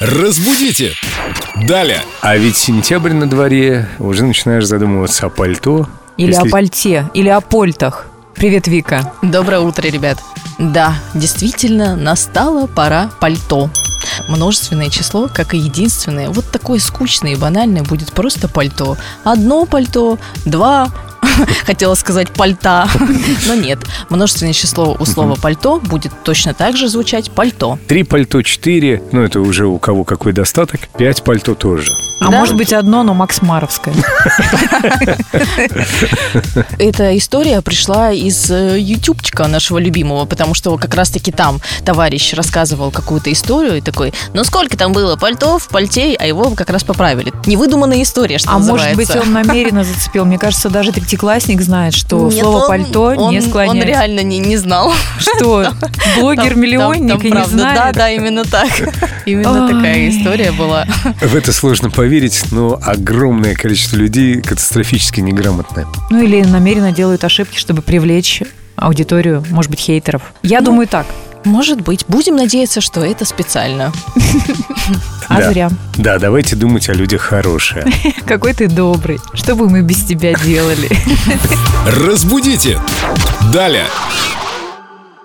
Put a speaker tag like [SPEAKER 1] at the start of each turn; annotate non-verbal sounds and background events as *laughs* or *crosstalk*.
[SPEAKER 1] Разбудите! Далее!
[SPEAKER 2] А ведь сентябрь на дворе, уже начинаешь задумываться о пальто.
[SPEAKER 3] Или
[SPEAKER 2] Если-
[SPEAKER 3] о пальте, или о польтах. Привет, Вика.
[SPEAKER 4] Доброе утро, ребят. Да, действительно, настала пора пальто. Множественное число, как и единственное. Вот такое скучное и банальное будет просто пальто. Одно пальто, два, *laughs* хотела сказать пальта, *laughs* но нет. Множественное число у слова пальто будет точно так же звучать пальто.
[SPEAKER 2] Три пальто, четыре, ну это уже у кого какой достаток, пять пальто тоже.
[SPEAKER 3] А
[SPEAKER 4] Да.
[SPEAKER 3] может быть одно,
[SPEAKER 4] *laughs*
[SPEAKER 3] но Максмаровское.
[SPEAKER 4] Эта история пришла из э, ютубчика нашего любимого, потому что как раз-таки там товарищ рассказывал какую-то историю и такой, ну сколько там было пальто в пальте, а его как раз поправили. Невыдуманная история, что
[SPEAKER 3] А может
[SPEAKER 4] называется.
[SPEAKER 3] быть он намеренно зацепил. Мне кажется, даже третьеклассник знает,
[SPEAKER 4] *laughs*
[SPEAKER 3] что
[SPEAKER 4] Нет,
[SPEAKER 3] слово
[SPEAKER 4] он-
[SPEAKER 3] пальто не
[SPEAKER 4] он- Он
[SPEAKER 3] склоняет.
[SPEAKER 4] реально не, не знал.
[SPEAKER 3] *laughs* Что,
[SPEAKER 4] *laughs*
[SPEAKER 3] блогер-миллионник и не
[SPEAKER 4] Да,
[SPEAKER 3] знает?
[SPEAKER 4] да, именно
[SPEAKER 3] *laughs*
[SPEAKER 4] так. Именно
[SPEAKER 3] Ой.
[SPEAKER 4] такая история
[SPEAKER 3] *laughs*
[SPEAKER 4] была.
[SPEAKER 2] В это сложно поверить, но огромное количество людей катастрофически неграмотное.
[SPEAKER 3] Ну или намеренно делают ошибки, чтобы привлечь аудиторию, может быть, хейтеров.
[SPEAKER 4] Ну.
[SPEAKER 3] Я думаю так,
[SPEAKER 4] Может быть. Будем надеяться, что это специально.
[SPEAKER 3] а
[SPEAKER 2] Да.
[SPEAKER 3] зря.
[SPEAKER 2] Да, давайте думать о людях хорошее.
[SPEAKER 3] Какой ты добрый. Что бы мы без тебя делали?
[SPEAKER 1] Разбудите! Далее!